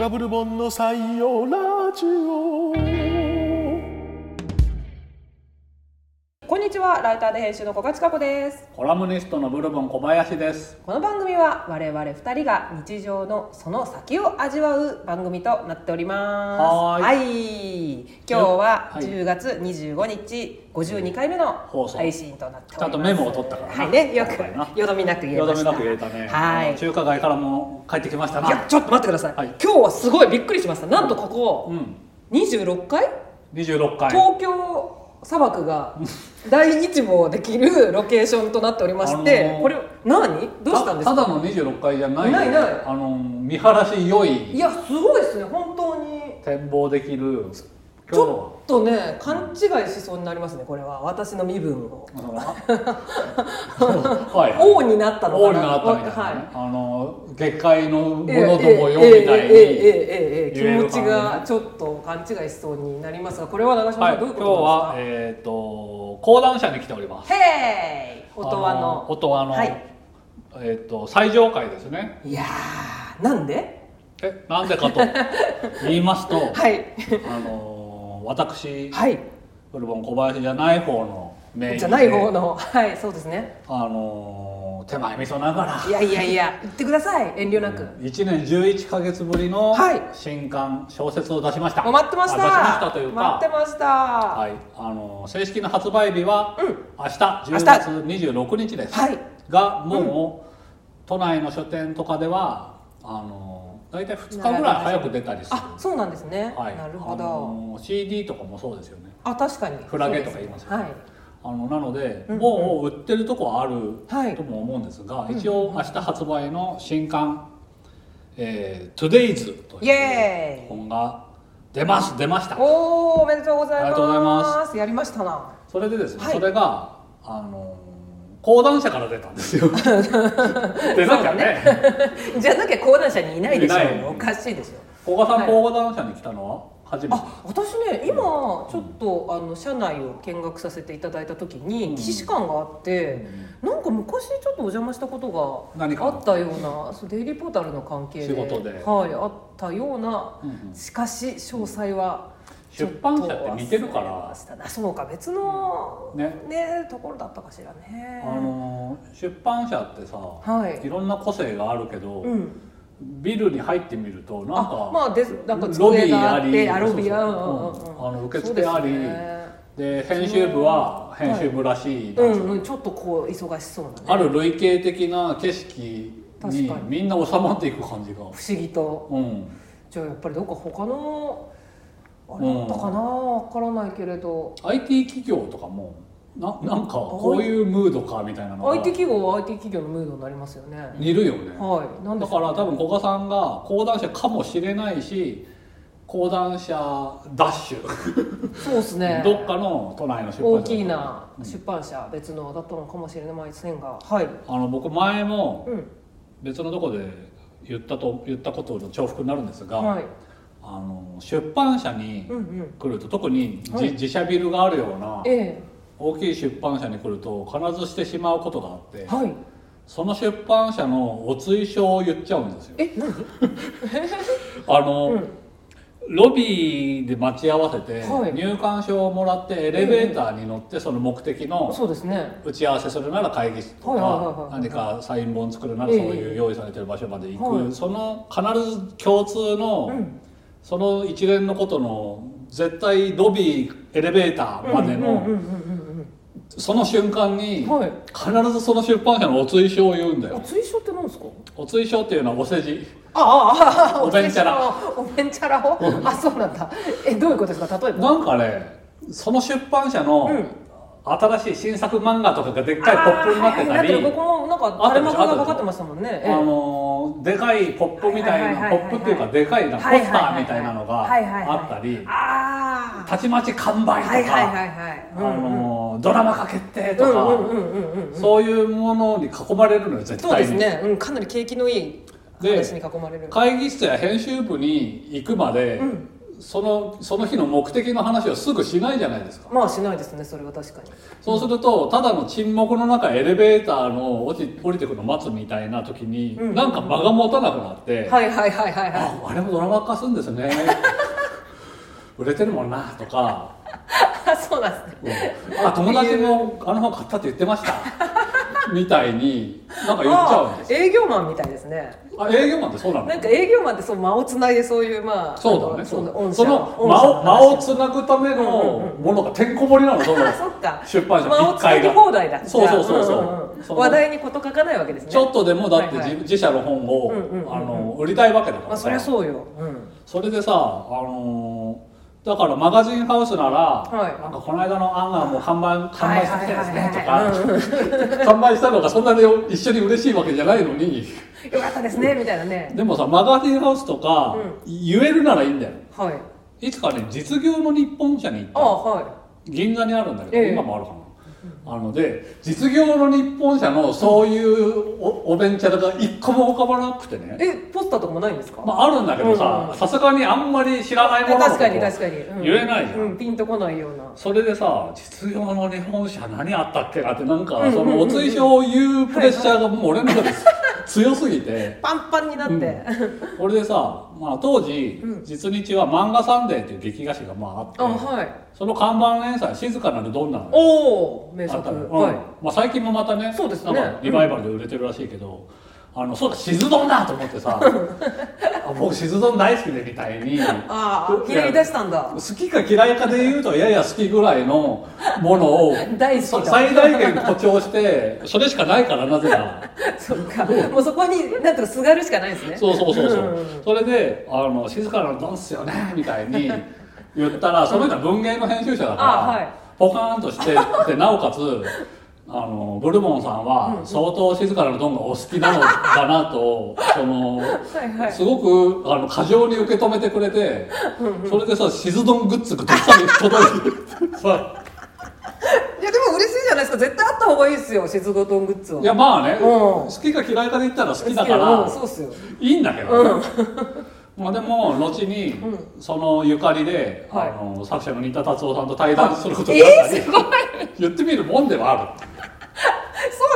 ダブルボンの採用ラジオこんにちは、ライターで編集の小賀千佳子です。コラムニストのブルボン小林です。この番組は我々二人が日常のその先を味わう番組となっております。はーいい今日ははい10月25日、52回目の放送配信となっております。ちゃんとメモを取ったからなはいね、よ今回なくよどみなく言えよましどみた。なく言えたね。はい。中華街からも帰ってきましたいやな。ちょっと待ってください,、はい今日はすごいびっくりしました。なんとこうこん。 26回、二十六回。東京砂漠が大日望できるロケーションとなっておりまして、あのーこれ何どうしたんですかたただの二十六回じゃないよ。ないないあの見晴らし良いいやすごいですね本当に展望できる。ち今日はょっとね勘違いしそうになりますねこれは私の身分をそのはい。王になったの王かにななったみたいなね、はあの月界のもいのどもよええみたいえええに。えええええ気言え持るかちながちょっと勘違いしそうになりますがこれは長は嶋さい。んどうい今う日こはとでえっ、と講談社に来ておりますす。かへい音羽あの音羽の、はいえっ、と最上階ですね。いやーなんでえなんで かと言いますと、はいあのー私、はいブルボン小林じゃない方の名義じゃない方のはいそうですねあのー手前味噌ながらいやいやい や言ってください遠慮なく1年11か月ぶりのはい新刊小説を出しました、もう待ってましたあ出しましたというか待ってましたはいあのー正式な発売日は、うん明日10月26日ですはいがもう、都内の書店とかではあのー大体2日ぐらい早く出たりするあそうなんですね、はい、なるほど、あの CD とかもそうですよねあ確かにフラゲとか言いますよそうであのなので、うんもう売ってるとこはあはいるとも思うんですが、一応明日発売の新刊「えー、Today's」とイエーいイう本が出ます出ましすたはい、おおおめでとうございますありがとうございまやりましたな それでですね、はいそれがあのー講談社から出たんです よでなきゃねじゃなきゃ講談社にいないでしょいないおかしいでしょ古賀さはんい講談社に来たのは初めて、あ私ね今ちょっとあの社内を見学させていただいた時にうん既視感があって、なんか昔ちょっとお邪魔したこと何がかあったようなそうデイリーポータルの関係で仕事ではい、あったような、うんうんしかし詳細は出版社って似てるかちょっと忘れらましたねそうか別のねねところだったかしらねあのー出版社ってさ、はいい、ろんな個性があるけど、うんビルに入ってみるとなんあかまあですなんかロビ机がーああっりてあロビーそううんそううんうんあの受付ありそうですねで編集部は編集部らしい、うなんつうのんうんちょっとこう忙しそうなねある類型的な景色確にかにみんな収まっていく感じが、不思議とうん、じゃあやっぱりどっか他のあれだったかなわからないけれど IT 企業とかもななんかこういうムードかみたいなのが IT 企業は IT 企業のムードになりますよね似るよね、はいなんでだしょかうら多分古賀さんが講談社かもしれないし講談社ダッシュ、そうですねどっかの都内の出版社大きな出版社、別のだったのかもしれませんがはい、あの僕前もうん別のとこで言ったと言ったことの重複になるんですが、はい、あの出版社にうんうん来ると特にじ、はい自社ビルがあるようなえ大きい出版社に来ると必ずしてしまうことがあって、えはいその出版社のお追証を言っちゃうんですよ。え何 あの、うんロビーで待ち合わせて、はい入館証をもらってエレベーターに乗ってその目的のそうですね打ち合わせするなら会議室とか、はいはいはいはい何かサイン本作るならそうえいえう用意されてる場所まで行く、はいその必ず共通の、うんその一連のことの絶対ロビーエレベーターまでうんうんうのんうんその瞬間にうんはい必ずその出版社のお追証を言うんだおよ追証って何ですかお追証っていうのはお世辞ああああおべんちゃらおべんちゃらをあそうなんだえどういうことですか例えばなんかねその出版社のうん新しい新作漫画とかがでっかいポップになってたりあーはいはいなってるここもなんか垂れ幕がかかってましたもんねあのーでかいポップみたいはないはいポはいはいップっていうかでかいなポスターみたいなのがあったりああたちまち完売はいとはいはかいはいあうんうんのードラマ化決定とうんうかんうんうんうんそういうものに囲まれるのよ絶そうで対すに。ね、うん、かなり景気のいい話に囲まれる会議室や編集部に行くまでうんそのその日の目的の話をすぐしないじゃないですかまあしないですねそれは確かにそうするとただの沈黙の中エレベーターの落ち降りてくの待つみたいな時に、うんなんか間が持たなくなって、はいはいはいはいはああれもドラマ化するんですね 売れてるもんなとか、いそうなんですねうんあ友達もあの本買ったって言ってましたみたいになんか言っちゃうんあですあ営業マンみたいですねあ営業マンってそうなのなんか営業マンってそう間をつないでそういうまあそうだあねのそうだ御社その間を間をつなぐためうんうんのものがてんこ盛りなのそのあそっか出版社間をつの1な階ぎが放題だそうそうそうそうじゃあんんんその話題に事欠かないわけですねちょっとでもだってはいはい自自社の本をうんうんうんうんあの売りたいわけだかまあらそりゃさそうよ、うん、それでさあのーだからマガジンハウスならはいなんかこの間の案がもう完売完売してきてですねとはいはいはいはいか 完売したのがそんなに一緒に嬉しいわけじゃない のによかったですねみたいなねでもさマガジンハウスとか言えるならいいんだよはいいつかね実業の日本社に行ったあのあは銀座にあるんだけど、ええ今もあるかな、あので実業の日本社のそういうおおベンチャーが一個も浮かばなくていね、えポスターとかもないんですか、まあ、あるんだけどうさんさすがにあんまり知らないものの確かにこと確かに、うん言えないじゃんうん、ピンとこないようなそれでさ実業の日本社何あったっけなってなんうんうんうかんそのお追証を言うプレッシャーがもう俺の 中で強すぎて。パンパンになって、うんそれでさ、まあ、当時、うん実日は「漫画サンデー」っていう劇画誌がまああってあはいその看板連載「静かなるどんなの」おお名作、あったのはい、うんまあ、最近もまたねそうですねなんかリバイバルで売れてるらしいけど、あのそうだシズドンだと思っ てさあ僕シズドン大好きでみたいにああひねり出したんだ好きか嫌いかで言うとやや好きぐらいのものを 大好そきだ最大限誇張してそれしかないからなぜなそっかもうそこになんとかすがるしかないですねそうそうそうそううんそれであの静かなドンっすよねみたいに言ったらその人は文芸の編集者だから、あはいポカーンと してでなおかつあのブルボンさんは相当静かなドンがお好きなのだなとそのはいはいすごくあの過剰に受け止めてくれてそれでさシズドングッズがたくさん届い てさいやでも嬉しいじゃないですか絶対あった方がいいですよ静岡トングッズはいやまあねん好きか嫌いかで言ったら好きだからうんそうっすよいいんだけど、ねまあでも後にそのゆかりで、はいあの作者の新田達夫さんと対談することえになっー、たり、すごい言ってみるもんではある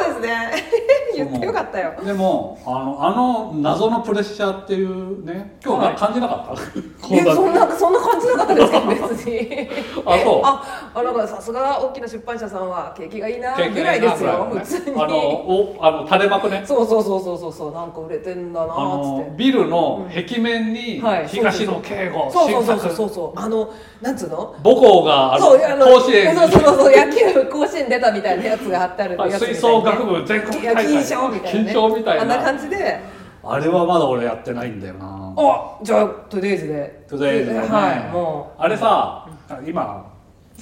そうですね 言ってよかったよでもあのあの謎のプレッシャーっていうね今日はいな感じなかった、こえうだそんなそんな感じなかったですか別にあそうああなんかさすが大きな出版社さんは景気がいいな経験ぐらいですよな普通にあのおあの垂れ幕ねそうそうそうそうそうそうなんか売れてんだなあーっつのってビルの壁面にはい東野圭吾そう新そうそうそう作そうあのなんつうの母校があのそうあの甲子園そうそうそうそう野球甲子園出たみたいなやつが貼ってあるやつみたいな吹奏楽部全国いや大会金賞みたいな、ね、金賞みたいなあんな感じであれはまだ俺やってないんだよなあじゃあトゥデイズでトゥデイズね、はいもあれさ今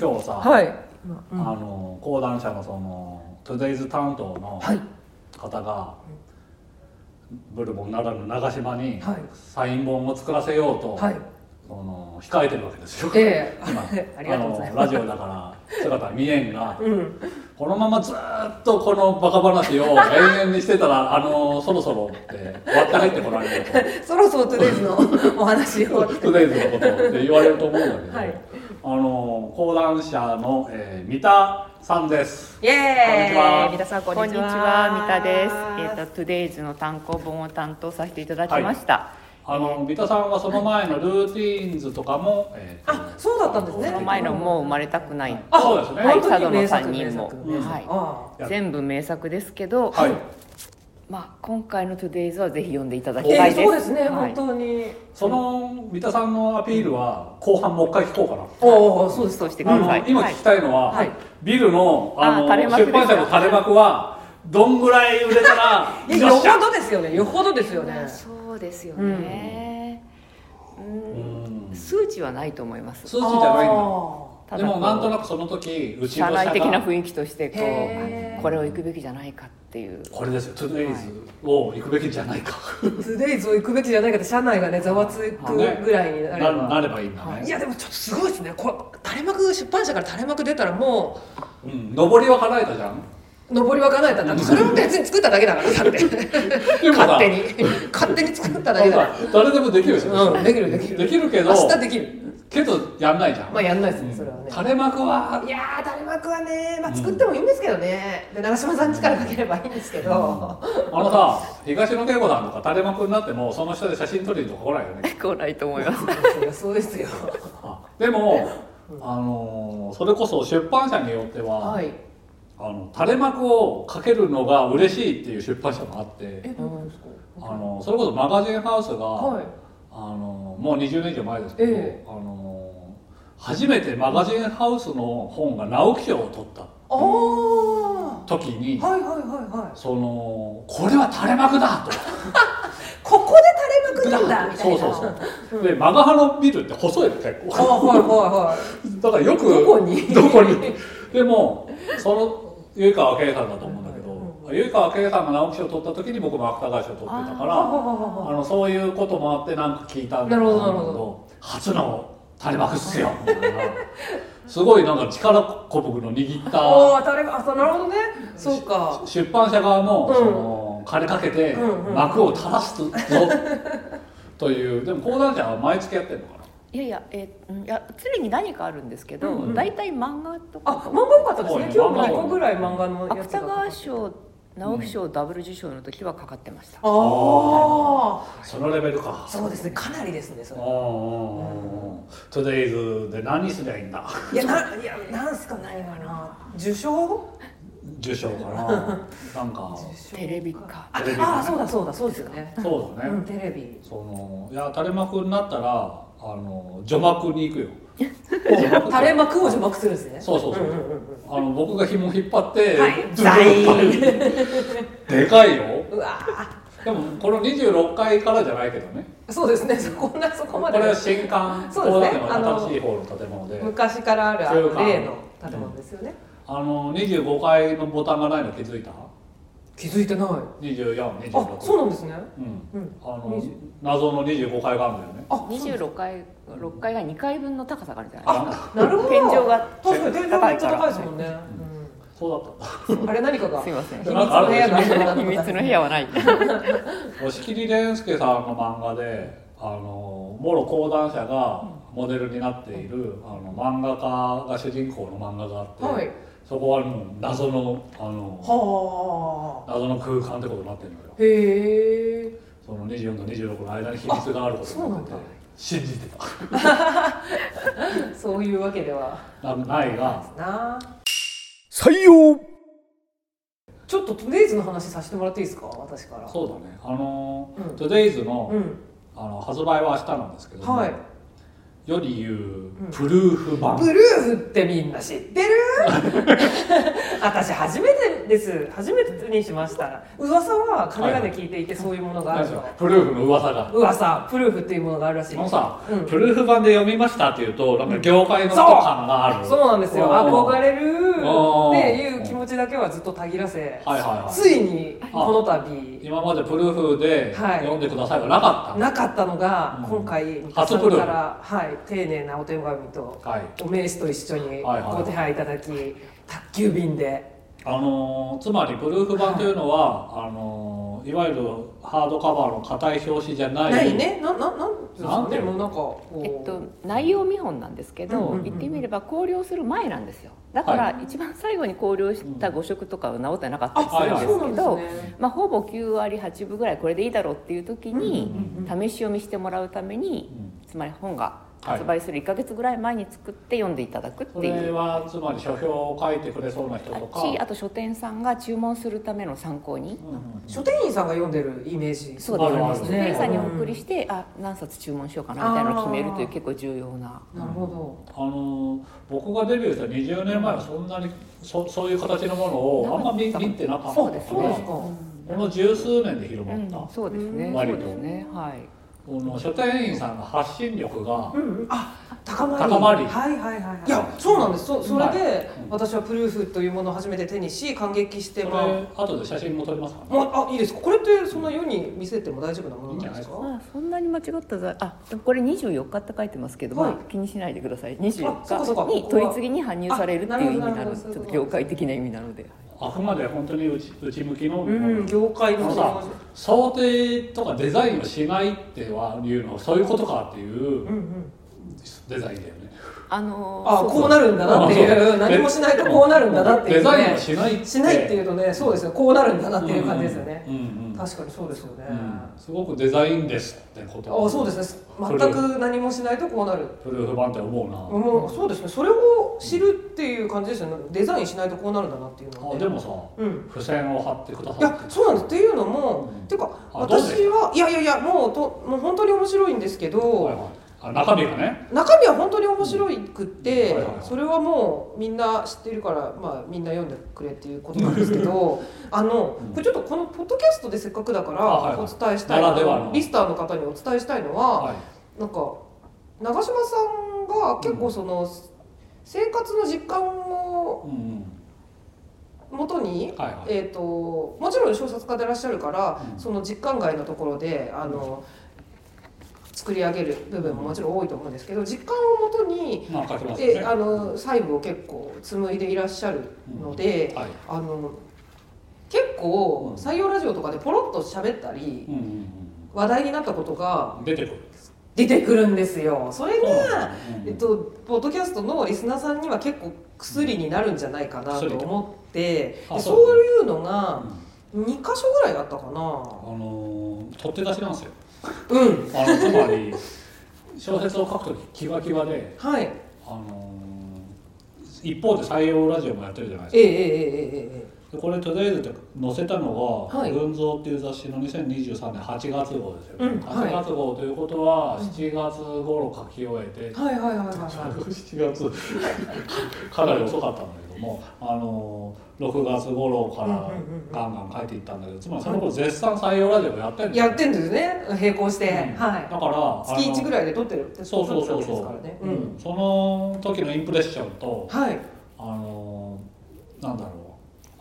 今日さ、うはいあの講談社のそのトゥデイズ担当のはい方が、ブルボンならぬ長島にはいサイン本を作らせようと、はいその控えてるわけですよ、ええ 今 ありがとうございあのラますジオ だから姿は見えんが、うんこのままずーっとこのバカ話を延々にしてたらあのそろそろって割って入ってこられると。そろそろトゥデイズのお話をトゥデイズのことって言われると思うんだけど、はいあの講談社の、えー、三田さんです。イエーイこんにちは皆さんここんんににちちはは、三田です。えっ、と、トゥデイズの単行本を担当させていただきました。あの三田さんはその前のルーティーンズとかも、えーあそうだったんですねその前のもう生まれたくない。あそうですね。はい本当に名佐作渡の三人も名作はいあい全部名作ですけど、はい。まあ、今回のトゥデイズはぜひ読んでいただあきたえいえです。そうですね、はい本当にその三田さんのアピールは後半もう一回聞こうかな。おおそうですそうしてくあだのさい。今はい聞きたいのは、はいビルのあのあ垂れ幕出版社の垂れ幕はどんぐらい売れた らいやよよっしゃほどですよねよほどですよねそうですよね。うんうん数値はないと思います。数字じゃないんだ。たでだこもうなんとなくその時うちの社内的な囲雰囲気として、こへーう、これを行くべきじゃないかっていう。これですよ。トゥデイズを行くべきじゃないか。トゥデイズを行くべきじゃないかって社内がねざわつくぐらいにななれば、なればいいんだね、いやでもちょっとすごいですねこれ垂れ幕出版社から垂れ幕出たらもうん、上りは叶えたじゃんう上りはかないだってそれも別に作っただけだからだってでもさ勝手に勝手に作っただけだか誰でもできるでしょ、らうんできるできるできるけど明日できるけどやんないじゃん、まあやんないですねそれはね、垂れ幕はいやー垂れ幕はね、まあ、作ってもいいんですけどね、で長嶋さん力かければいいんですけど、あのさ東野圭吾さんとか垂れ幕になってもその下で写真撮りにとか来ないよね来ないと思いますそりゃそうですよあでも、あのーそれこそ出版社によっては、はいあの垂れ幕をかけるのが嬉しいっていう出版社もあってどういうことですかあのそれこそマガジンハウスが、はいあのもう20年以上前ですけど、ええあの初めてマガジンハウスの本が直木賞を取ったああ時に、はいはいはいはいそのこれは垂れ幕だとここで 垂れ幕なんだみたいそなうそうそうでマガハのビルって細いの結あー構はいはだからよくどこにどこにでもその結川圭さんだと思うんだけど結川圭さんが直木賞を取った時に僕も芥川賞を取ってたからいはいあのそういうこともあってなんか聞いたんだなけるほどなるほど初の垂れ幕っす よみたいなすごいなんか力こぶの握ったああ垂れ幕あそうなるほどねそうか出版社側のうんその金かけてうんうん幕を垂ら すぞというでも講談社は毎月やってるのかないやいや,、えーうんいや常に何かあるんですけど、うんうん大体漫画とあか漫画多かったですねそうね今日も2個ぐらい漫画のやつ芥があ川賞直木賞ダブル受賞の時はかかってました、あそのレベルかーそうですねかなりですねそれおー Today's で何すりゃいいんだいやないやなんすか何かな受賞受賞か ななんかテレビかあテレビあーそうだそうだそうですよねそうだね、うんテレビそのいや垂れ幕になったらあの除幕に行くよ 垂れ幕を除幕するんですねそうそうそう,、んうんうんあの僕が紐引っ張って、はいズルズルでかいようわでもこの26階からじゃないけどねーそうですね そこんなそここまれでは新館そうですね大館の新しい方の建物で昔からあるあそういのうか例の建物ですよねあの25階のボタンがないの気づいた気づいてないあ ?2426 そうなんですねうんうんあの謎の25階があるんだよねあ26階6階が2階分の高さがあるじゃないですかあなるほど天井が確かに天井がめっちゃ高いですもんねそうだったうんあれ何かがすいません秘密の部屋が秘密の部屋はない押切蓮介さんの漫画であのもろ講談社がモデルになっている、あの漫画家が主人公の漫画があって、はいそこはもう謎のあのは謎の空間ってことになってるのよあへえその24と26の間に秘密があることあそになってうなんだて信じてたそういうわけではなないがなあ採用ちょっとトゥデイズの話させてもらっていいですか私からそうだねあの、うん Today's の,、うんあの発売は明日なんですけども、はいより言う、プルーフ版ブルーフってみんな知ってる 私初めてです初めてにしました噂は金がね聞いていてそういうものがあるとプルーフの噂が噂プルーフっていうものがあるらしいそのさ、うんプルーフ版で読みましたっていうとなんか業界の人感がある、そうなんですようん憧れるうんっていう気持ちだけはずっとたぎらせはいはいはいついにこの度今までプルーフではい読んでくださいがなかっなかったのがうん今回三田初さんプルーフから、はい、丁寧なお手紙とた、はいお名刺と一緒にはいはいご手配いただき宅急便であのーつまりプルーフ版というのは、いあのーいわゆるハードカバーの硬い表紙じゃないないね、な、な、なんですなかんね、てもうなんかこう、 えっと、内容見本なんですけど、うんうんうん言ってみれば考慮する前なんですよだから、は一番最後に考慮した誤色とかは直ってなかったりあ、すそるうんなんですですけど、ね。まあ、ほぼ9割8分ぐらいこれでいいだろうっていう時に試し読みしてもらうために、うつまり本が発売する1か月ぐらい前に作って読んでいただくっそていれう。はつまり書評を書いてくれそうな人とか、しあと書店さんが注文するための参考にうんうん書店員さんが読んでるイメージ。そうだであするあねる書店さんにお送りして、あ何冊注文しようかなみたいなのを決めるという結構重要ななるほど。あのー僕がデビューした20年前はそんなにそそういう形のものをあんま見見てなかったそうですねそうですか。この十数年で広まった、うんそうですね割そとうですねはいこの書店員さんの発信力がうんうん、あ、高まり。高まりはいはいはいはい。いや、そうなんです。そ、それで、私はプルーフというものを初めて手にし、感激して、こまあ。れ後で写真も撮りますからねもう、あ、いいですか。これって、そんな世に見せても大丈夫なものなんですか。まあそんなに間違ったざあでもこれ24日って書いてますけど、はいまあ、気にしないでくださいあそうかそうか24日に取り次ぎに搬入されるっていう意味にあななるほるどちなるほどょっと業界的な意味なのであくまで本当に内内向きの、うん、業界あのの。さ想定とかデザインをしないってはいうのはそういうことかっていううんうん。デザインだよねあのあそうそうこうなるんだなっていう何もしないとこうなるんだなっていデうザインねをしないってしないっていうとねそうですねこうなるんだなっていう感じですよねうんうんうん確かにそうですよねうんすごくデザインですってことあそうですね全く何もしないとこうなるプルーフ版って思うな、もうそうですねそれを知るっていう感じですよねデザインしないとこうなるんだなっていうのは、あね、でもさうん付箋を貼ってくださいやってそうなんですっていうのも、うんていうかあどう私はいやいやいやもうともう本当に面白いんですけど、はいはいあ中身がね中身は本当に面白くって、はいはいはいそれはもうみんな知っているから、まあ、みんな読んでくれっていうことなんですけどあの、うんこれちょっとこのポッドキャストでせっかくだかあはいらはいお伝えしたいのならではのリスターの方にお伝えしたいのは、はいなんか長嶋さんが結構その、生活の実感をうんもとにうん、はいはいえー、ともちろん小説家でいらっしゃるから、うんその実感外のところであの、作り上げる部分ももちろん多いと思うんですけど実感をもとにまあ書きますねであの細部を結構紡いでいらっしゃるので、はいあの結構うん採用ラジオとかでポロッと喋ったりうんうん話題になったことがうん出てくる出てくるんですよ。それが、うんえっと、ポッドキャストのリスナーさんには結構薬になるんじゃないかなと思ってで薬あそそうういうのうがん2箇所ぐらいあったかあな。のー取って出しなんですようんあのつまり小説を書くときキワキワではい、あのー一方で採用ラジオもやってるじゃないですかえええええええでこれ「トゥデイズ」って載せたのが「はい群像」っていう雑誌の2023年8月号ですよね、うんはい8月号ということは7月頃書き終えて、ええはいはいはいはいは7月 かなり遅かったんだけどもあの6月頃かうんらうんうんうんガンガン書いていったんだけどつまりその頃絶賛採用ラジオやってるんい。やってんですね並行して、はいだから月1ぐらいらいで撮ってるそうそうそう撮ってるそわうけです、かうらね、ん、その時のインプレッションとうん、はいあのなんだろう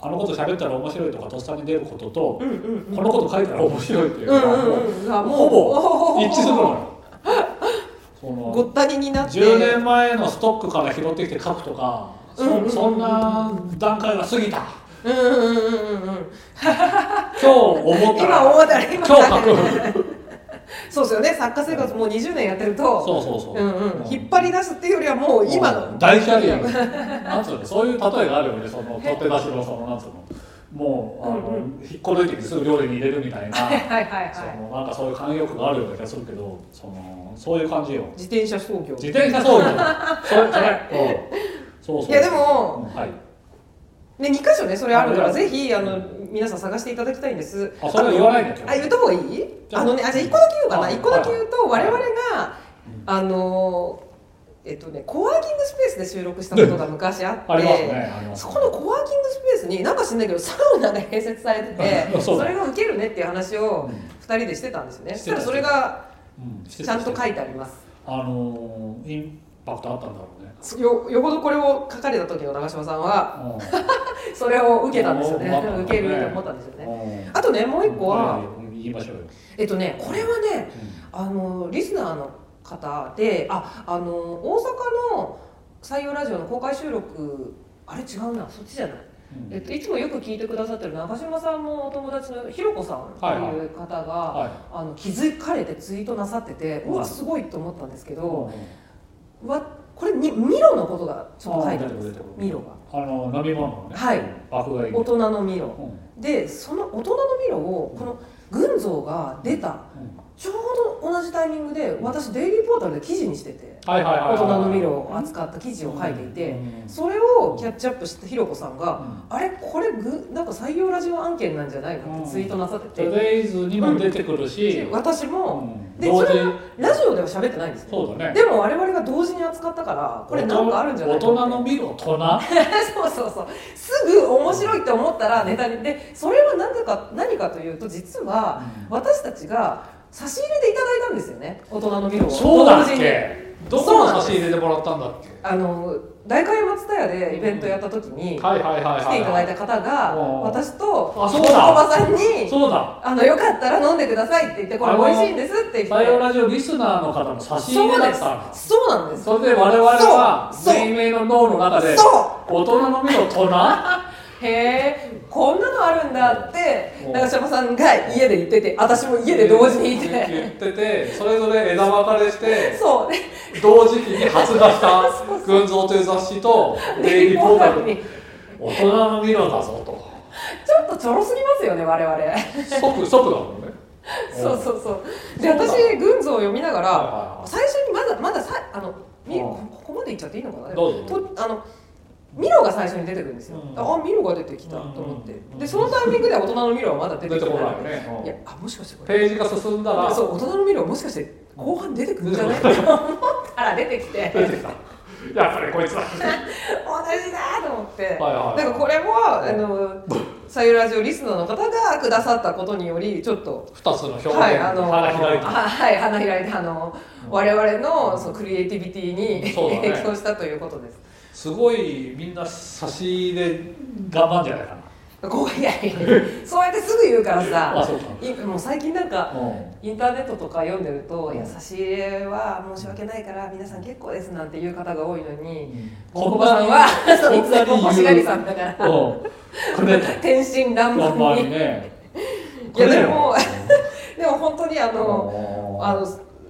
あのこと喋ったら面白いとかとっさに出ることと、うんうんうんこのこと書いたら面白いっていううのんはうんもうんあうもうほぼ一致するのよ。そごのったにになって10年前のストックから拾ってきて書くとかそうんうんうんそんな段階は過ぎた うんうんうんうんうん今日思った今ら思ったら今今日書く そうですよね作家生活もう20年やってるとそうそうそう、んうん、引っ張り出すっていうよりはもう今の大キャ リアなんつうのそういう例えがあるよねその取っ手出しのそのなんつうのもうあの、うんう引っこ抜いてきてすぐ料理に入れるみたい なはいはいはいそはいのなんかそういう慣用句があるような気がするけどそのそういう感じよ自転車操業自転 車操業それそれうんそうそういいやでもはいね、2箇所ねそれあるからあぜひあの皆さん探していただきたいんですあそれは言わないであ言った方がいいじゃああのねあじゃあ1個だけ言うかなあ1個だけ言うとは我い々があのえっとねコワーキングスペースで収録したことが昔ああっりますねてありますそこのコワーキングスペースになんか知んないけどサウナが併設されててそうそだれがウケるねっていう話をうん2人でしてたんですよねそししてたたらそれがうんしてちたゃんとして書たいてありますあのーインパクトあったんだろうねよよほどこれを書かれた時の長嶋さんはうそれを受けたんですよおーねおー受けると思ったんですよねんうんあとねもう一個はうん言いましょうよえっとねこれはねうあのリスナーの方でああの大阪の採用ラジオの公開収録あれ違うなそっちじゃない、んうえっんと、いつもよく聞いてくださってる中島さんもお友達のひろこさんっていう方が、はあの気づかれてツイートなさっててうわすごいと思ったんですけいど、うわこれにミロのことがちょっと書いてあるんあー出でてすくる出てくるミロがあの飲み物のねはい爆買い大人のミロうんうんでその大人のミロをこの群像が出たちょうど同じタイミングで私デイリーポータルで記事にしててはいはいはいはい大人のミロを扱った記事を書いていて、うんそれをキャッチアップしたひろこさんうがん「あれこれぐなんか採用ラジオ案件なんじゃないの?」ってツイートなさっトてゥて、デイズにも出てくるし私うも、んで同そ時れはラジオでは喋ってないんですよそうだねでも我々が同時に扱ったからこれなんかあるんじゃない大人のミロ大人 そうそうそうすぐ面白いって思ったらネタにでそれは何だか何かというと実は私たちが差し入れでいただいたんですよね大人のミロをそうだっ同時にけどこの差し入れでもらったんだっけあの大会松田屋でイベントやった時にはいはいはいはい来ていただいた方がうん私とあそう小だ葉さんにそうだあの「よかったら飲んでください」って言って「これ美味しいんです」って言採用ってラジオリスナーの方の差し入そうれだでっすたのそうなんですそれで我々はそうそう生命の脳の中でそ大人のみの大人へえこんなのあるんだってうん長嶋さんが家で言ってて私も 家で同時にい言ってててそれぞれ枝分かれしてそうで同時期に発 売した「群像」という雑誌と「デイリーポータル」にに大人のミロだぞとちょっとちょろすぎますよね我々即即だもんねそうそうそうでそうだ私群像を読みながはいはいらはい最初にまだまださあのみうんここまでいっちゃっていいのかなどうぞとあのミロが最初に出てくるんですよ、うんあミロが出てきたと思って、うんでそのタイミングでは大人のミロはまだ出て出きててこないないよねうんいやあもしかしてこペれージが進んだらそう大人のミロはもしかして後半出てくるんじゃないと思ったら出てきて出てきたやっぱりこいつだ同じだと思って、はいはいなんかこれもあ のさゆラジオリスナーの方がくださったことによりちょっと2つの表現はいあの腹開いあたはい花開いてあの我々のそのクリエイティビティにそうだね影響したということです。すごいみんな差し入れ頑張んじゃないかなこうい やいやいやそうやってすぐ言うからあさそうかいもう最近なんかうんインターネットとか読んでると「いや差し入れは申し訳ないから皆さん結構です」なんていう方が多いのにここんんばばんんははそういつも欲しがりさんだからうんくれた天真爛頑漫張にり。ねいやでも でも本当にあのあのの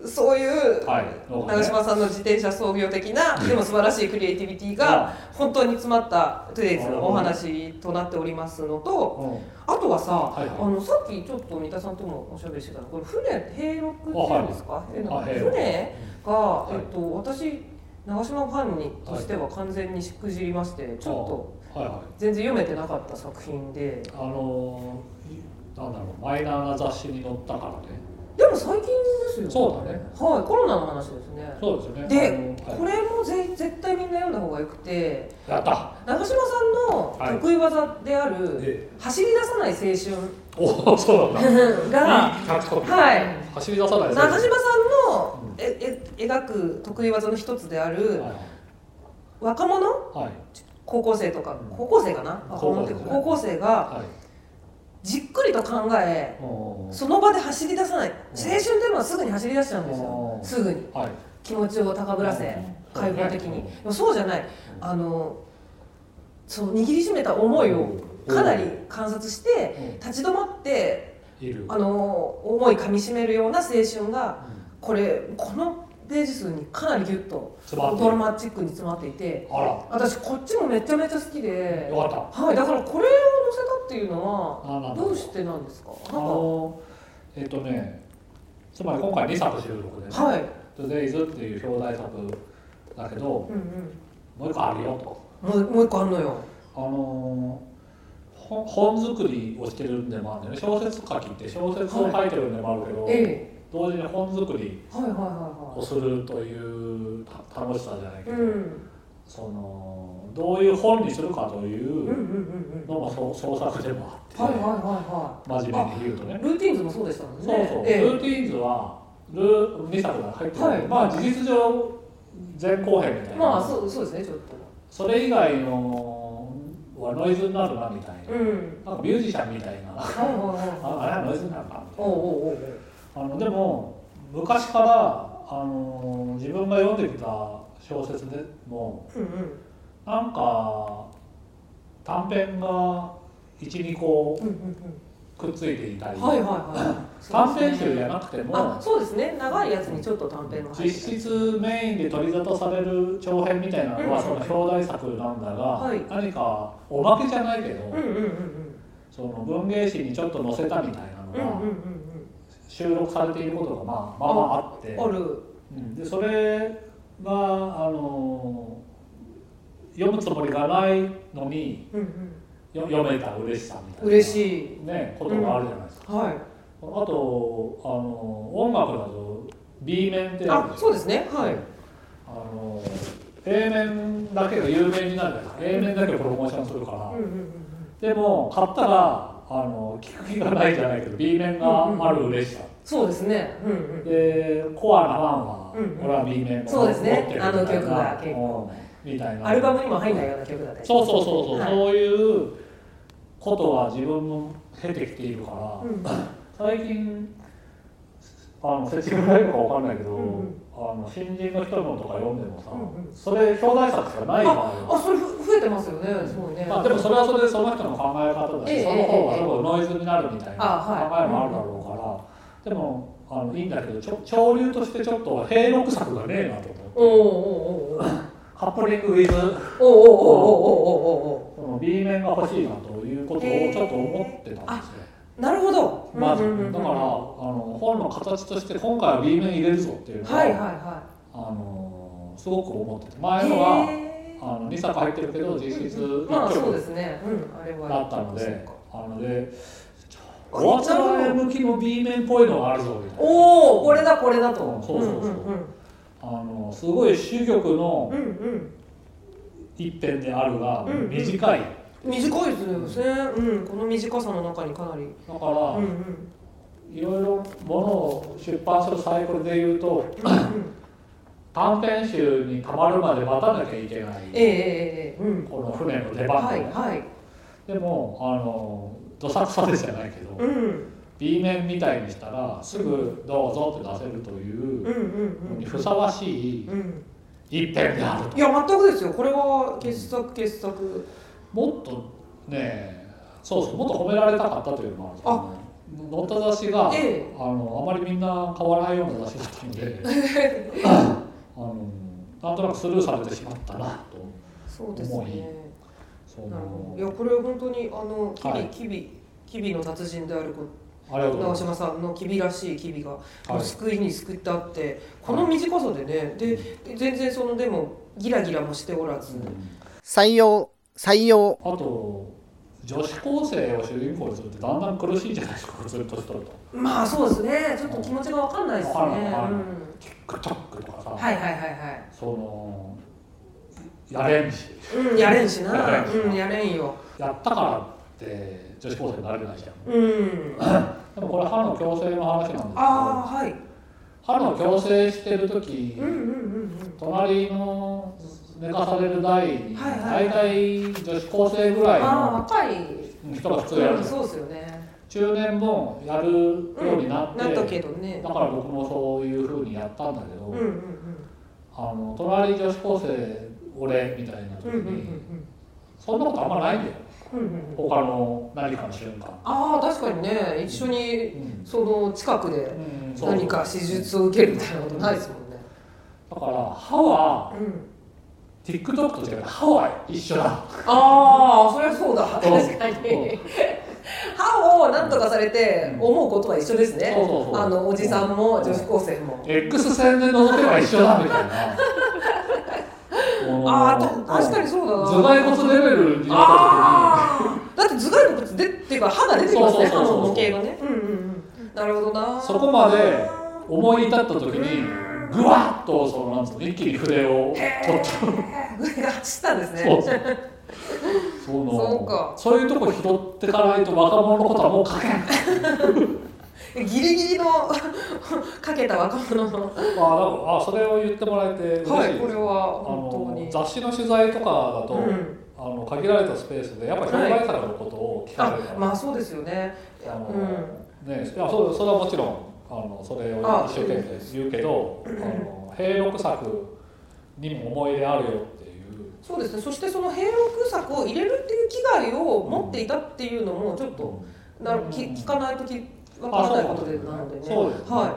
そういうはい長嶋さんの自転車創業的なでも素晴らしいクリエイティビティうんが本当に詰まったトゥデイズのお話となっておりますのとあとはさ、いはいあのさっきちょっと三田さんともおしゃべりしてたのこれ船平六っていうんですか、平六あ平船六が、いえっと、私長嶋ファンにとしては完全にしくじりまして、ちょっととはいはい全然読めてなかった作品であのーなんだろうマイナーな雑誌に載ったからねでも最近ですよねそうだねはいコロナの話ですねそうですよで、ねあのこれもぜ絶対みんな読んだ方がよくてやった長嶋さんの得意技である、え走り出さない青おおそうなんだ春が、いいキャッチコピーはい走り出さない長嶋さんのええ描く得意技の一つであるはい若者はい高校生とかうん高校生かな若者っていうか高高校生がはいじっくりと考えおーその場で走り出さない青春というのはすぐに走り出しちゃうんですようんすぐにはい気持ちを高ぶらせうん開放的にうんでもそうじゃないあのその握りしめた思いをかなり観察してう立ち止まってんいるあの思いかみしめるような青春がうんこれこのページ数にかなりギュッと詰まってるドラマチックに詰まっていてあら私こっちもめちゃめちゃ好きでよかったはいだからこれを載せたっていうのあなはるほどどうしてなんですかあなんのえっとねつまり今回2作収録でねかはい Today's っていう表題作だけどもうんう一個あるよとうんもうもう一個あんのよあのー本本作りをしてるんでもあるんだよね小説書きって小説を書いてるんでもあるけど、え同時に本作りえはいはいはをするというた楽しさじゃないいけはど、いうんそのどういう本にするかというんうんうんううんのも創創作でもあはいはいっはて、真面目に言うといはねい。ルーティーンズもそうでしたもんねそうそう、えルーティーンズはルー2作が入ってる、はいまあ事実上前後編みたいえな、まあそうそうですねちょっとそれ以外のはノイズになるなみたいな、うんなんかミュージシャンみたいなはいはいはいはいああれはノイズになるなみおたいうなおうおうあのでも昔からあの自分が読んできた小説でもおううんうんなんか短編が12個うんうんくっついていたり、うんはいはいはい短編集じゃなくてもあそうですね長いやつにちょっと短編が入ってる実質メインで取り沙汰される長編みたいなのはうんその表題作なんだが、はい何かおまけじゃないけど、うんうんうんその文芸誌にちょっと載せたみたいなのうんうんうんが収録されていることがまあまあまああって、うんうんあるうんでそれがあの読むつもりがないのにうんうんよ読めた嬉しさみたいな嬉しいね、ことがあるじゃないですか。はいあとあの音楽だと B 面ってあるあでしょそうですねはいあの A 面だけが有名になるじゃない A 面だけプロモーションするから、うんうんでも買ったらあの聞く気がないじゃないけど B 面がある嬉しさ、そうですねうんうんでコアなファうんうんンは、俺は B 面を持ってるみたいなそうですねあの曲が結構うんみたいなアルバムにも入んないような曲だったりそうそうそうそう、はいそういうことは自分も経てきているから、うん最近あの世知辛いのかわかんないけど、うんうんあの新人の人のとか読んでもさ、うんうんそれ表題作しかない場合があるあそれふ増えてますよねすごいね、まあ、でもそれはそれでその人の考え方だし、ええその方がすごいノイズになるみたいなあは考いえもあるだろうから、でもあのいいんだけどちょ潮流としてちょっと平六作がねえなとおうおうおうお思ってうカップリングウィズおおおおおおおその B 面が欲しいなということをちょっと思ってたんですよ、なるほどまず、うんうんうんうんだからあの本の形として今回は B 面入れるぞっていうのは、はいはいはあのすごく思っててい前のはへーあの2作入ってるけど実質1曲まあそうですねうんあれはだったので、あので、あお茶前向きの B 面っぽいのがあるぞみたいな。おおこれだこれだとそうそうそううんうんあのすごい主曲のうんうん一辺であるが、うんうん短い。うん短いですねうんこの短さの中にかなりだかうんら、うんいろいろものを出版するサイクルでいうと、うんうん短編集にたまるまで待たなきゃいけない。ええええええうんこの船の出番がはねいはいでもあのどさくさでじゃないけど、うん B 面みたいにしたらすぐどうぞって出せるといううんうんのにうふさわしいんうん一辺である。いや全くですよこれは傑作傑作もっとねそうそうもっと褒められたかったというのもあるんですよね乗った雑誌が、ええあのあまりみんな買わないような雑誌だったの であのなんとなくスルーされてしまったなとそうです重いねそなるほのどいやこれは本当にあのキビ、はいキビキビの達人であるこありがとうご長ざい嶋さんのキビらしいキビが、もはうい救いに救ってあってこの短さでねでで全然そのでもギラギラもしておらます、ず、うん採用採用あと女子高生を主人公にするってだんだん苦しいじゃないですかずっとしとるとまあそうですねちょっと気持ちが分かんないですね、うわかんないん、わはかいんないクチャックとかさ、はいはいはいそのやれんしうんやれんしやれなんしうんやれんよやったからって女子高生になれないじゃんうんでもこれ歯の矯正の話なんですけどああはい歯の矯正してる時、うんうんうん隣の寝かされる台に、はいはい大体女子高生ぐうらいんああの若い人が普通やるうんですよそうですよね中年もやるようになって、なったけどねだから僕もそういうふうにやったんだけど、うんうんうんあの隣女子高生俺みたいな時うんに、うんうんそんなことあんまないんだようんうんうん他の何かの瞬間、ああ確かにね一緒うにんその近くでうんそう何か手術を受けるみたいなことないですもんねだから歯はうん TikTok と違う歯は一緒だああそりゃそうだ確かうんに歯を何とかされて思うことは一緒ですねそうそうそうあのおじさんも女子高生も X 線で覗けば一緒だみたいな。ああた確かにそうだな頭蓋骨レベルになっああだって頭蓋骨でっていうか歯が出てきますねそ歯うそうそうのそう模型がねうんうんうんなるほどなた時にそこまで思い至った時にぐわっとそのなんつうの一気に筆を取った上が走ったんですねそうそうそのそうかそういうとこ拾ってかないと若者のことはもう書けんギリギリの かけた若者のまあだからあそれを言ってもらえて嬉しいです、はいこれはあ本当のに雑誌の取材とかだと、うんあの限られたスペースでやっぱ表題作のことを聞かれあるから、まあそうですよねあの、うね、いやそうそれはもちろんあのそれをあ一生懸命言うけどあの平六作にも思い入れあるよっていうそうですねそしてその平六作を入れるっていう危害を持っていたっていうのもちょっとなるき聞かないときわからないことでなのでねそうですねは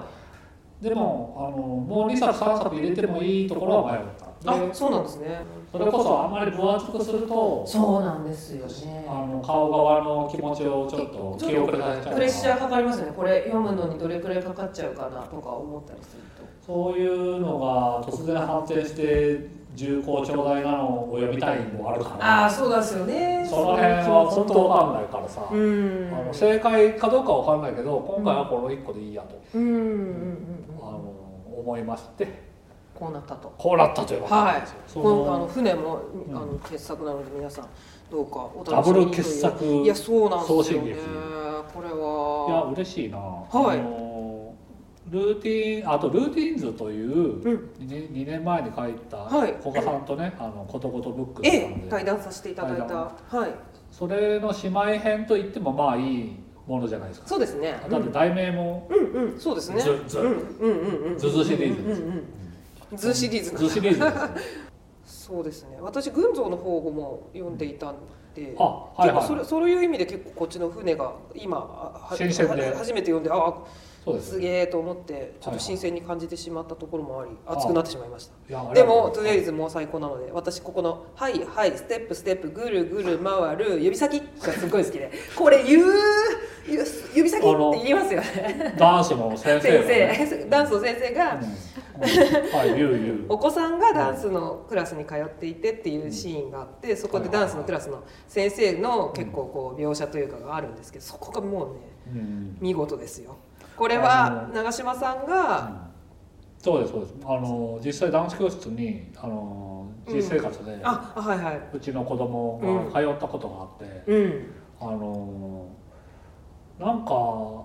でもあのもう2作3作入れてもいいところは迷ったいあでそうなんですねそれこそあんまり分厚くするとそうなんですよねあの顔側の気持ちをちょっと記憶させちゃうプレッシャからーかかりますよねこれ読むのにどれくらいかかっちゃうかなとか思ったりするとそういうのが突然反転して重厚長大なのを読みたいのもあるからああそうなんですよねその辺は本当わかんないからさ、うあんの正解かどうかわかんないけど今回はこの1個でいいやと、うんうんうんあの思いましてこうなったとこうなったというわけなんはでいすよ、そこののあの船も、うんあの傑作なので皆さんどうかおダ楽しブみにル傑作といういやそうなんですよ送信ね劇これいやは嬉しいな、いあのルーティーンあとルーティーンズといううん 2, 年2年前に書いたはい古賀さんとね「あのことごとブック」えさんえ対談させていただいた対談はいそれの姉妹編と言ってもまあいいものじゃないですかそうですねだって題名もうんうんそうですねずずうんうんうんうんずずシリーズうんうでんすうんズシリーズずシリーズですねそうですね私群像の方も読んでいたんであはいはい結構それそういう意味で結構こっちの船が今あは新鮮では初めて読んでああそうですすよねげえと思ってちょっはいはとい新鮮に感じてしまったところもありあ熱くなってしまいましたいやありでがとうもございますトゥデイズもう最高なので私ここの「はいはいステップステップぐるぐる回る指先」がすごい好き でこれ言う言う指先って言いますよね男子の先生先がね生ダンスの先生が、うんうんはいゆうゆお子さんがダンスのクラスに通っていてっていうシーンがあってそこでダンスのクラスの先生の結構こう描写というかがあるんですけどそこがもうねううん見事ですよこれあはの長嶋さんがそうですそうですあの実際ダンス教室にあの実生活で、ああはいはいうちの子供が通ったことがあって、うんあのーなんか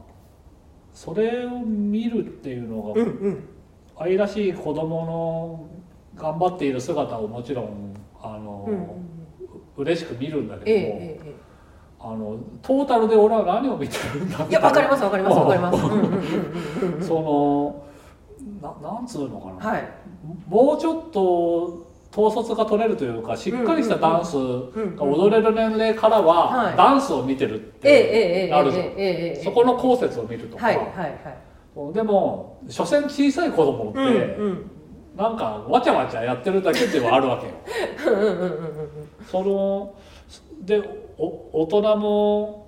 それを見るっていうのうが、んうん愛らしい子供の頑張っている姿をもちろんあのー、うんう嬉しく見るんだけええども、えええあのトータルで俺は何を見てるんだっえていやわかりますわかりますわかりますうんうんうんうんうんそのななんつうのかな、はいもうちょっと統率が取れるというかしっかりしたダンスが踊れる年齢からうんうんははいダンスを見てるっえええええええてなるじゃん。ええええそこの後節を見るとか、はいはいはいでも所詮小さい子供って、うんうんなんかわちゃわちゃやってるだけではあるわけよ。うんうんうんうんうんそのでお大人も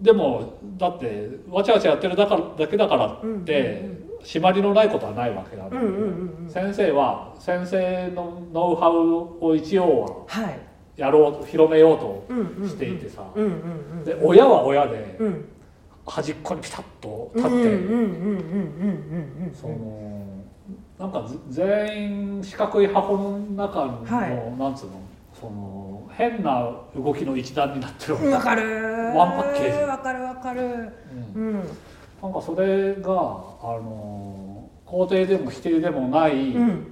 でもだってわちゃわちゃやってるだからだけだからって締まりのないことはないわけなんで、うんうんうんうん先生は先生のノウハウを一応ははいやろう広めよううんうんうとんしていてさ、うんうんで親は親でうんうん端っこにピタッとうん立って。うんうんうんうんうんうんそのなんかず全員四角い箱の中の、はいなんつうのその変な動きの一段になってるわけ、うんうわかるーワンパッケージわかるわかるんうんなんかそれがあの肯定でも否定でもない、うん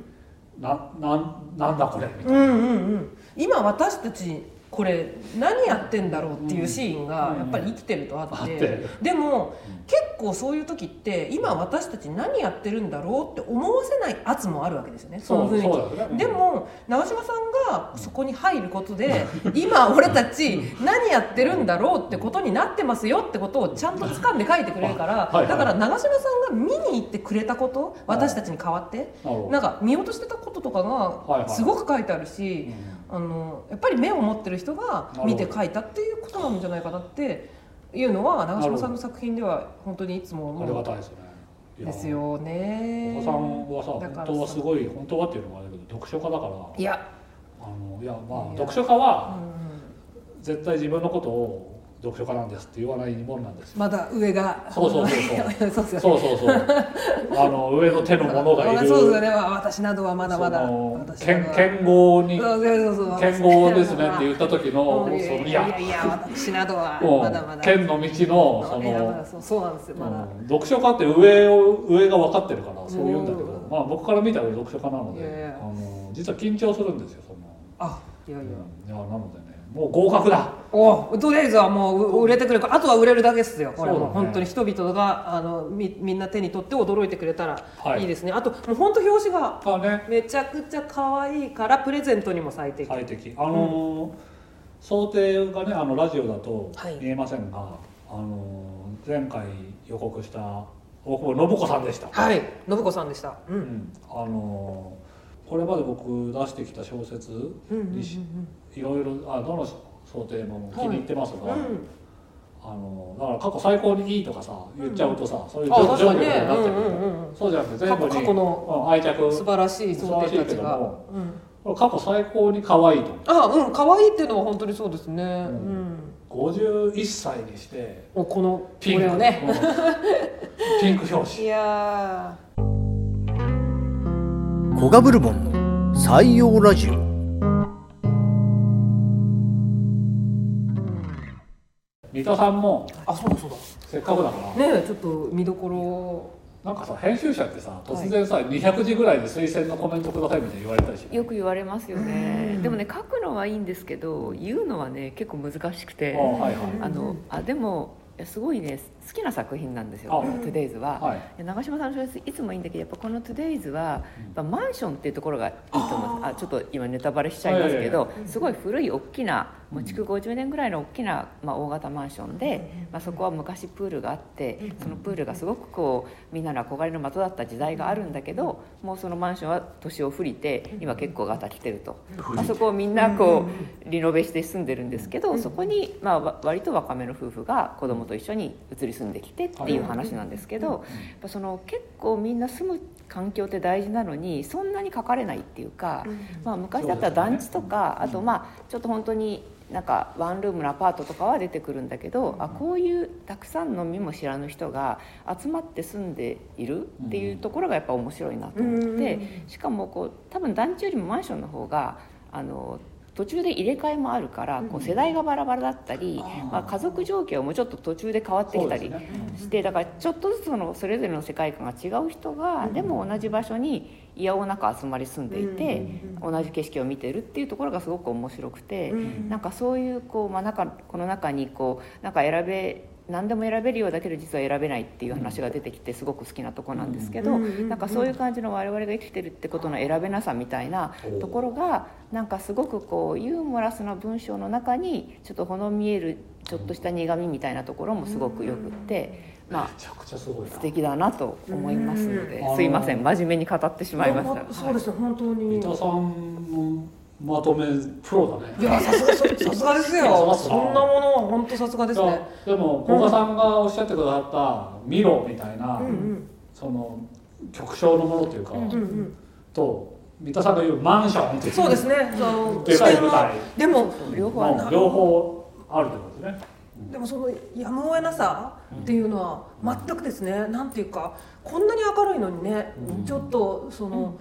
ななんなんだこれみたういんな、うんうん今私たちこれ何やってんだろうっていうシーンがうんやっぱり生きてるとあって,、あってでもうん結構そういう時って今私たち何やってるんだろうって思わせない圧もあるわけですよねそのそ雰う囲気そうだよねでも長嶋さんがそこに入ることで今俺たち何やってるんだろうってことになってますよってことをちゃんと掴んで書いてくれるからあはいはいだから長嶋さんが見に行ってくれたこと私たちに代わってなるほどなんか見落としてたこととかいはがいすごく書いてあるうしんあのやっぱり目を持ってる人が見て書いたっていうことなんじゃないかなっていうのは長嶋さんの作品では本当にいつもありが思たいですよねうんでいやすよね。お子さんはさだから本当はすごい本当はっていうのもあれだけど読書家だからいや、あのいやまあいや読書家は、うん絶対自分のことを読書家なんですって言わないもんなんですよ。まだ上がそうそうそうそ うそうですよねそうそうそう。あの上の手のものがいる。そうですよね私などはまだまだその私など剣は剣豪にそうそうそうそう剣豪ですねって言った時 のもそうのいやいいややいや私などはもまだまうだ剣の道のそいやまだの。そうそうなんですよまだ、うん読書家って上を上が分かってるからそう言うんだけうどん、まあ、僕から見たら読書家なのでいやいやあの実は緊張するんですよその、あいやいや、うんいやなのでねもう合格だおとりあえずはもうう売れてくれるからあとは売れるだけですよこれはもうそうだね本当に人々があのみみんな手に取って驚いてくれたらはいいいですね、あともう本当表紙があねめちゃくちゃ可愛いからプレゼントにも最適、最適あのー、想定がねあのラジオだとはい見えませんが、あのー前回予告した大久保信子さんでした、はい信子さんでした、う、うんん、あのーこれまで僕出してきた小説にし、いろいろあどの想定も気に入ってますが、うんあのーだから過去最高にいいとかさ言っちゃうとさ、そういうあ上確かにね下になっちゃうけど、うんうんうんそうじゃなくて全部に過去過去のうん愛着素晴らしい想定たち素晴らしいけどが、もうん、これ過去最高に可愛いとあうん可愛いっていうのは本当にそうですね、うんん51歳にしておこのこピンクれをねうんピンク表い紙やコガブルボンの採用ラジオ三田さんもーあそうだそうだせっかくだかねら、えちょっと見どころなんかさ編集者ってさ突然さ、200字ぐらいで推薦のコメントくださいみたいに言われたりしてよく言われますようねんでもね書くのはいいんですけど言うのはね結構難しくてあはいはいあのあでもやすごいね好きな作品なんですよ「あこの TODAYS は」はいで長嶋さんの小説いつもいいんだけどやっぱこの「TODAYS は」やっぱマンションっていうところがいいと思うんですあちょっと今ネタバレしちゃいますけど、はいすごい古い大きなもう築50年ぐらいの大きな、まあ、大型マンションで、まあ、そこは昔プールがあってそのプールがすごくこうみんなの憧れの的だった時代があるんだけどもうそのマンションは年を降りて今結構がた来てると、まあ、そこをみんなこうリノベして住んでるんですけどそこに、まあ、わ割と若めの夫婦が子供と一緒に移り住んできてっていう話なんですけど、やっぱその結構みんな住む環境って大事なのにそんなに書かれないっていうか、まあ、昔だったら団地とか、あとまあちょっと本当になんかワンルームのアパートとかは出てくるんだけど、あこういうたくさんの身も知らぬ人が集まって住んでいるっていうところがやっぱ面白いなと思って、しかもこう多分団地よりもマンションの方があの途中で入れ替えもあるから、こう世代がバラバラだったり、まあ、家族状況もちょっと途中で変わってきたりそうですして、だからちょっとずつそのそれぞれの世界観が違う人が、でも同じ場所にいやおなく集まり住んでいて、同じ景色を見てるっていうところがすごく面白くて、なんかそういうこう、まあ、中この中にこうなんか選べ何でも選べるようだけど実は選べないっていう話が出てきてすごく好きなとこなんですけど、なんかそういう感じの我々が生きてるってことの選べなさみたいなところがなんかすごくこうユーモラスな文章の中にちょっとほの見えるちょっとした苦みみたいなところもすごくよくって、まあめちゃくちゃすごいな素敵だなと思いますので、うんすいません真面目に語ってしまいました。そうですね本当に三田さんのまとめプロだねいやさすが さすがですよそんなものは本当さすがですねでも古賀さんがおっしゃってくださった「ミロ」みたいな、その曲調のものというか、と三田さんが言う「マンション」っていうそうですねそのでかい舞台でも両方あるもう両方あるってことですね。でもそのやむを得なさっていうのは全くですね、なんていうかこんなに明るいのにね、ちょっとその、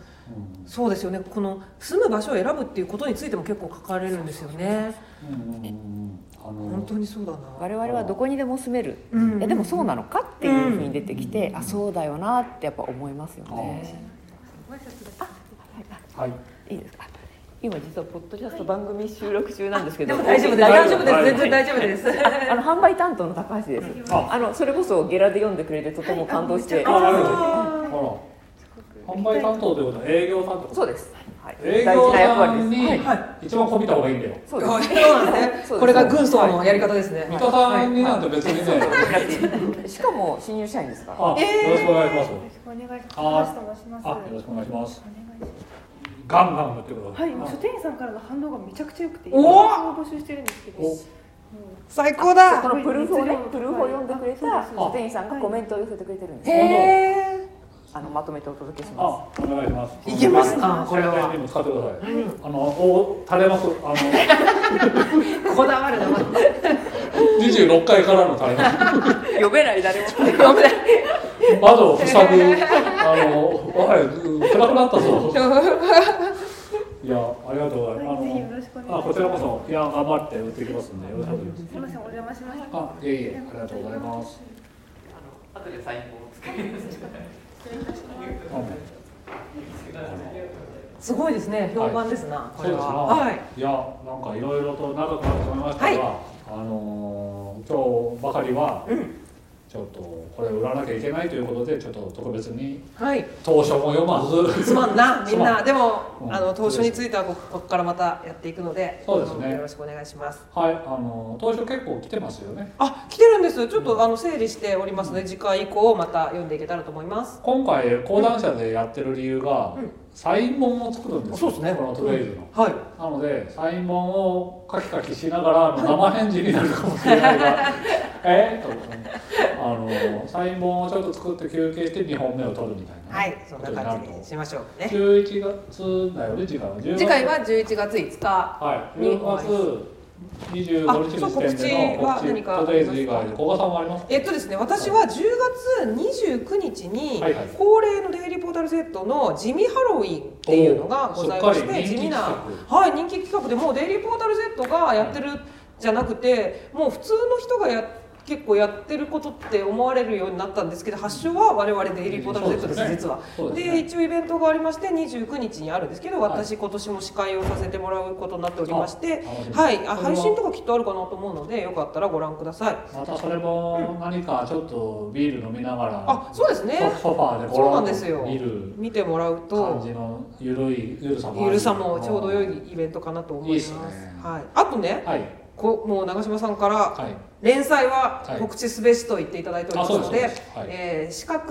そうですよねこの住む場所を選ぶっていうことについても結構書かれるんですよね、うんうんうんうんあ本の当にそうだな我々はどこにでも住める、うんいやでもそうなのかっていうふうに出てきて、あそうだよなってやっぱ思いますよね。はいいいですか今実はポッドキャスト番組収録中なんですけでど、も大丈夫です大大丈丈夫夫でですす、はい全然大丈夫です、あの販売担当の高橋ですああのそれこそゲラで読んでくれてとても感動してあなるほど販売担当ということは営業担当そうです、はい、営大事業な役さん割ですには一番こびた方がいいんだよそう そうですですねそうですこれが軍曹のやり方ですね、三田さんになんて別にね、しかも新入社員ですからあ、よろしくお願いしますよろしくお願いします。あ高橋と申します。あ、よろしくお願いしますお願いしますガンガン打ってくださはいい、もう書店員さんからの反応がめちゃくちゃ良くて、おー今募集してるんですけど、お最高だこのプルーフをねはいプルーフを読んでくれたそうです書店員さんがコメントを寄せてくれてるんですへえあのまとめてお届けしますあ、お願いします。いけますかこれは宣伝にも使ってください。あの、お、垂れます。あこだわるのの、二十六階からの垂れます。 呼べない誰も窓を塞ぐ。あの、はい、暗くなったぞ。いや、ありがとうございます。はいぜひよろしくお願いしあの、ますあ、こちらこそ、いや、頑張って打ってきますんで、よろしくお願いしすみません、お邪魔しました。ます。あ、いえいえ、ありがとうございます。あの、後でサインをつけます。すごいですね評判ですな、こそうれですな、ははいい、やなんかいろいろと長くなってしまいましたが、はあのー今日ばかりは、ちょっとこれ売らなきゃいけないということでちょっと特別にはい当初も読まずすまんな、みんすまな、でもう、んあの、投書については、こここからまたやっていくので。そうですねあのよろしくお願いします。はいあのー当初結構来てますよねあ、来てるんです。ちょっと、あの、整理しておりますので、次回以降、また読んでいけたらと思います。今回講談社でやってる理由が、うんサイン本を作るんですよそうですねこのトレイズの、はい。なのでサイン本をカキカキしながらあの生返事になるかもしれないが えっとあのサイン本をちょっと作って休憩して2本目を取るみたいな、はい、そんな感じにしましょうね。 11月だよね時間は10月次回は11月5日。はい10月25日の時点でのあそう告知は何かトデイズ以外で古賀さんはありますかえっとですね、私は10月29日にはいはい恒例のデイリーポータルセットの地味ハロウィンっていうのがございましおーそっかてり地味な人はい人気企画でもうデイリーポータルセットがやってるじゃなくてもう普通の人がや結構やってることって思われるようになったんですけど発祥は我々デイリーポータル Z ですそうですね実は。そうですねで一応イベントがありまして29日にあるんですけど私今年も司会をさせてもらうことになっておりましてあはいあこれは配信とかきっとあるかなと思うのでよかったらご覧ください。またそれも何かちょっとビール飲みながらあそうですねソファーでそうなんとですよ見る見てもらう感とじのゆるいゆるさもあゆるさもちょうど良はいイベントかなと思いますいいっすねはい、あとねはいこもう長嶋さんから、はい連載ははい告知すべしと言っていただいておりますので,、あそうですそうですはいえー四角、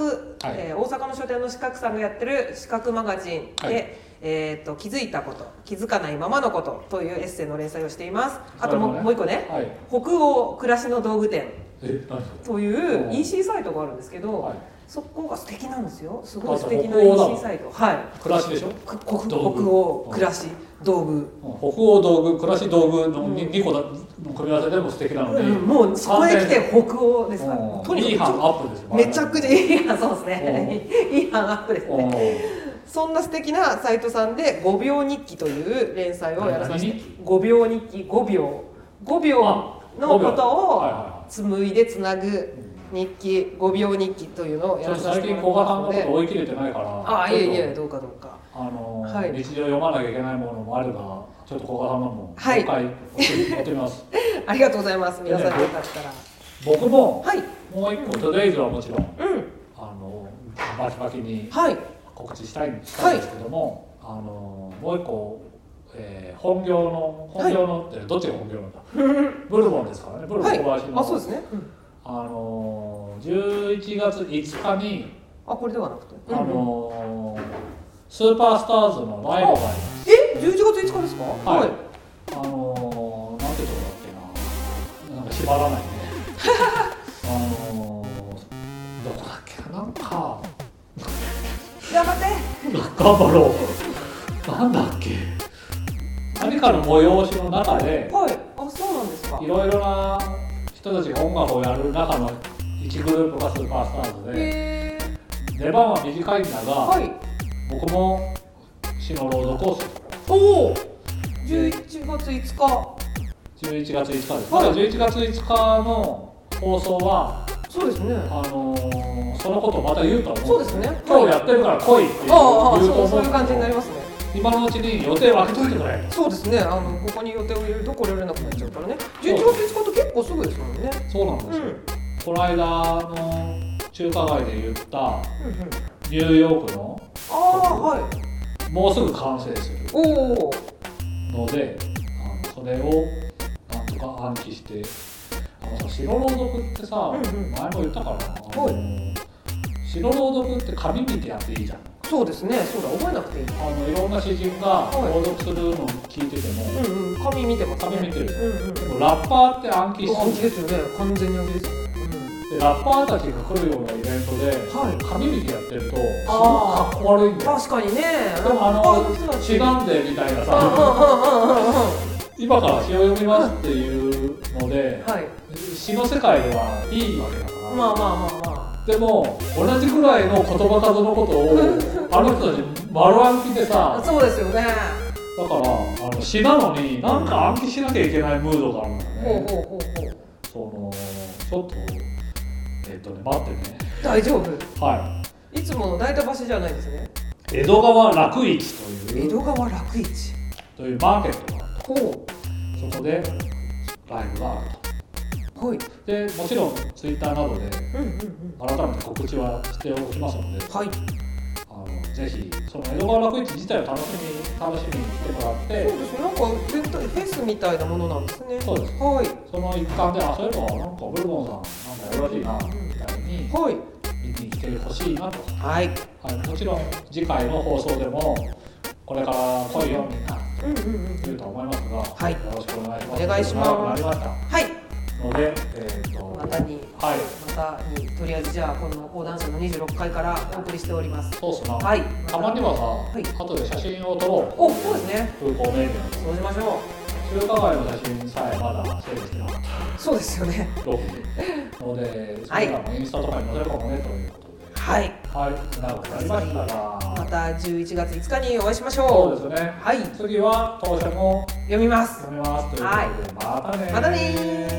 えー大阪の書店の四角さんがやってる「四角マガジンで」はいえーと「気づいたこと気づかないままのこと」というエッセイの連載をしていますあとも,、それもねもう一個ね、はい北欧暮らしの道具店」え何ですかというおー EC サイトがあるんですけど、はいそこが素敵なんですよすごい素敵なあ北欧だ EC サイトはい暮らしでしょく国北道具欧暮らし道具北欧道具暮らし道具の 2, 個だの組み合わせでも素敵なので、うんもうそこへ来て北欧ですからもうとにかくいい班アップですよめちゃくちゃいい班そうですね。 いい班アップですおね。ーそんな素敵なサイトさんで5秒日記という連載をやらさせて何日5秒日記5秒5秒のことはいをは紡いでつなぐ日記5秒日記というのをいはいやちょっらさとせて最近も古賀さんらってますのことので追い切れてないからああいえいえちょっどうかどうかとあのーはい日常読まなきゃいけないものもあるからちょっと古賀さんのもは回いやってみます、ありがとうございます皆さんよかったら僕もはいもう一個「トゥデイズはもちろんうんあのバキバキにはい告知したいんしたんですけども、あのもう一個、えー本業の本業のって、どっちが本業な んだブルボンですからねブルボンはい小林の、あそうですねうんあの11月5日に、あこれではなくてあのスーパースターズのライブがありますえ11月5日ですかはいあのなんてとこだっけななんか縛ら ないねあのどこだっけななんか頑張って頑張ろうなんだっけ何かの催しの中ではいあそうなんですかいろいろな人たちが音楽をやる中の1グループがスーパースターズでへえ出番は短いんだが、はい僕も詩の朗読をするおお11月5日11月5日です、はいただ11月5日の放送はそうですねあのーそのことをまた言うと思うそうですね今日やってるから来いっていうああああ言うとそう思そうういう感じになりますね今のうちに予定を空けといてくれそうですねあのここに予定を入れるとこれれなくなっちゃうからね11月5日って結構すぐですもんねそうなんですよ、この間の中華街で言ったうんうんニューヨークのああはいもうすぐ完成するおおのであのそれをなんとか暗記してあのさ白朗読ってさ、うんうん前も言ったからはな、いあの白朗読って紙見てやっていいじゃんそうですねそうだ覚えなくていいあのいろんな詩人がはい朗読するのを聞いてても、うんうん紙見てますね紙見てるじゃんうんうんでもラッパーって暗記暗し記てですよね完全に暗記ですよねでラッパーたちが来るようなイベントで、はい紙見てやってるとすごいあーかっこ悪いんうんだよ確かにねでもあラッパのー人たち違うんでみたいなうんうさんうんうんうんうん今から詩を読みますっていうのではい詩の世界ではいいわけだから、まあまあまあまあでも同じくらいの言葉数のことをあの人たち丸暗記でさそうですよね。だからあの詩なのになんか暗記しなきゃいけないムードがあるんだよほうねほうほうほう。そのちょっとえっとね待ってね大丈夫。はいいつもの大田橋じゃないですね。江戸川楽市とい江戸う川楽市。というマーケットがあるほとそこでライブがあるう。とはい。でもちろんツイッターなどでうんうんうん。改めて告知はしておきますのではい。あのぜひその江戸川楽市自体を楽しみ楽しみにしてもらってそうですね。なんか絶対フェスみたいなものなんですね。そうですはい。その一環であそういえばなんかブルボンさんなんかよろしいなみたいにはい。見に来てほしいなと、はい。はい、もちろん次回の放送でもこれから来いよみんなうんうんうん。言うと思いますが、はいよろしくお願いしますお願いします長くなりましたはい。のでえっ、とまたに。はいまたに。とりあえずじゃあこの講談社の26階からお送りしております。そうっすな、はい。たまにはさ、い後で写真を撮ろうおそうですね空港名でそうしましょ中華街の写真さえまだ整理してなかっう。そうですよね。たので、それらもインスタとかに載せるかもねということで、はい。はい、長くなりましたまが、た11月5日にお会いしましそょう。うですね、はい。次は当社も読みます。読みますということで、またねまたねー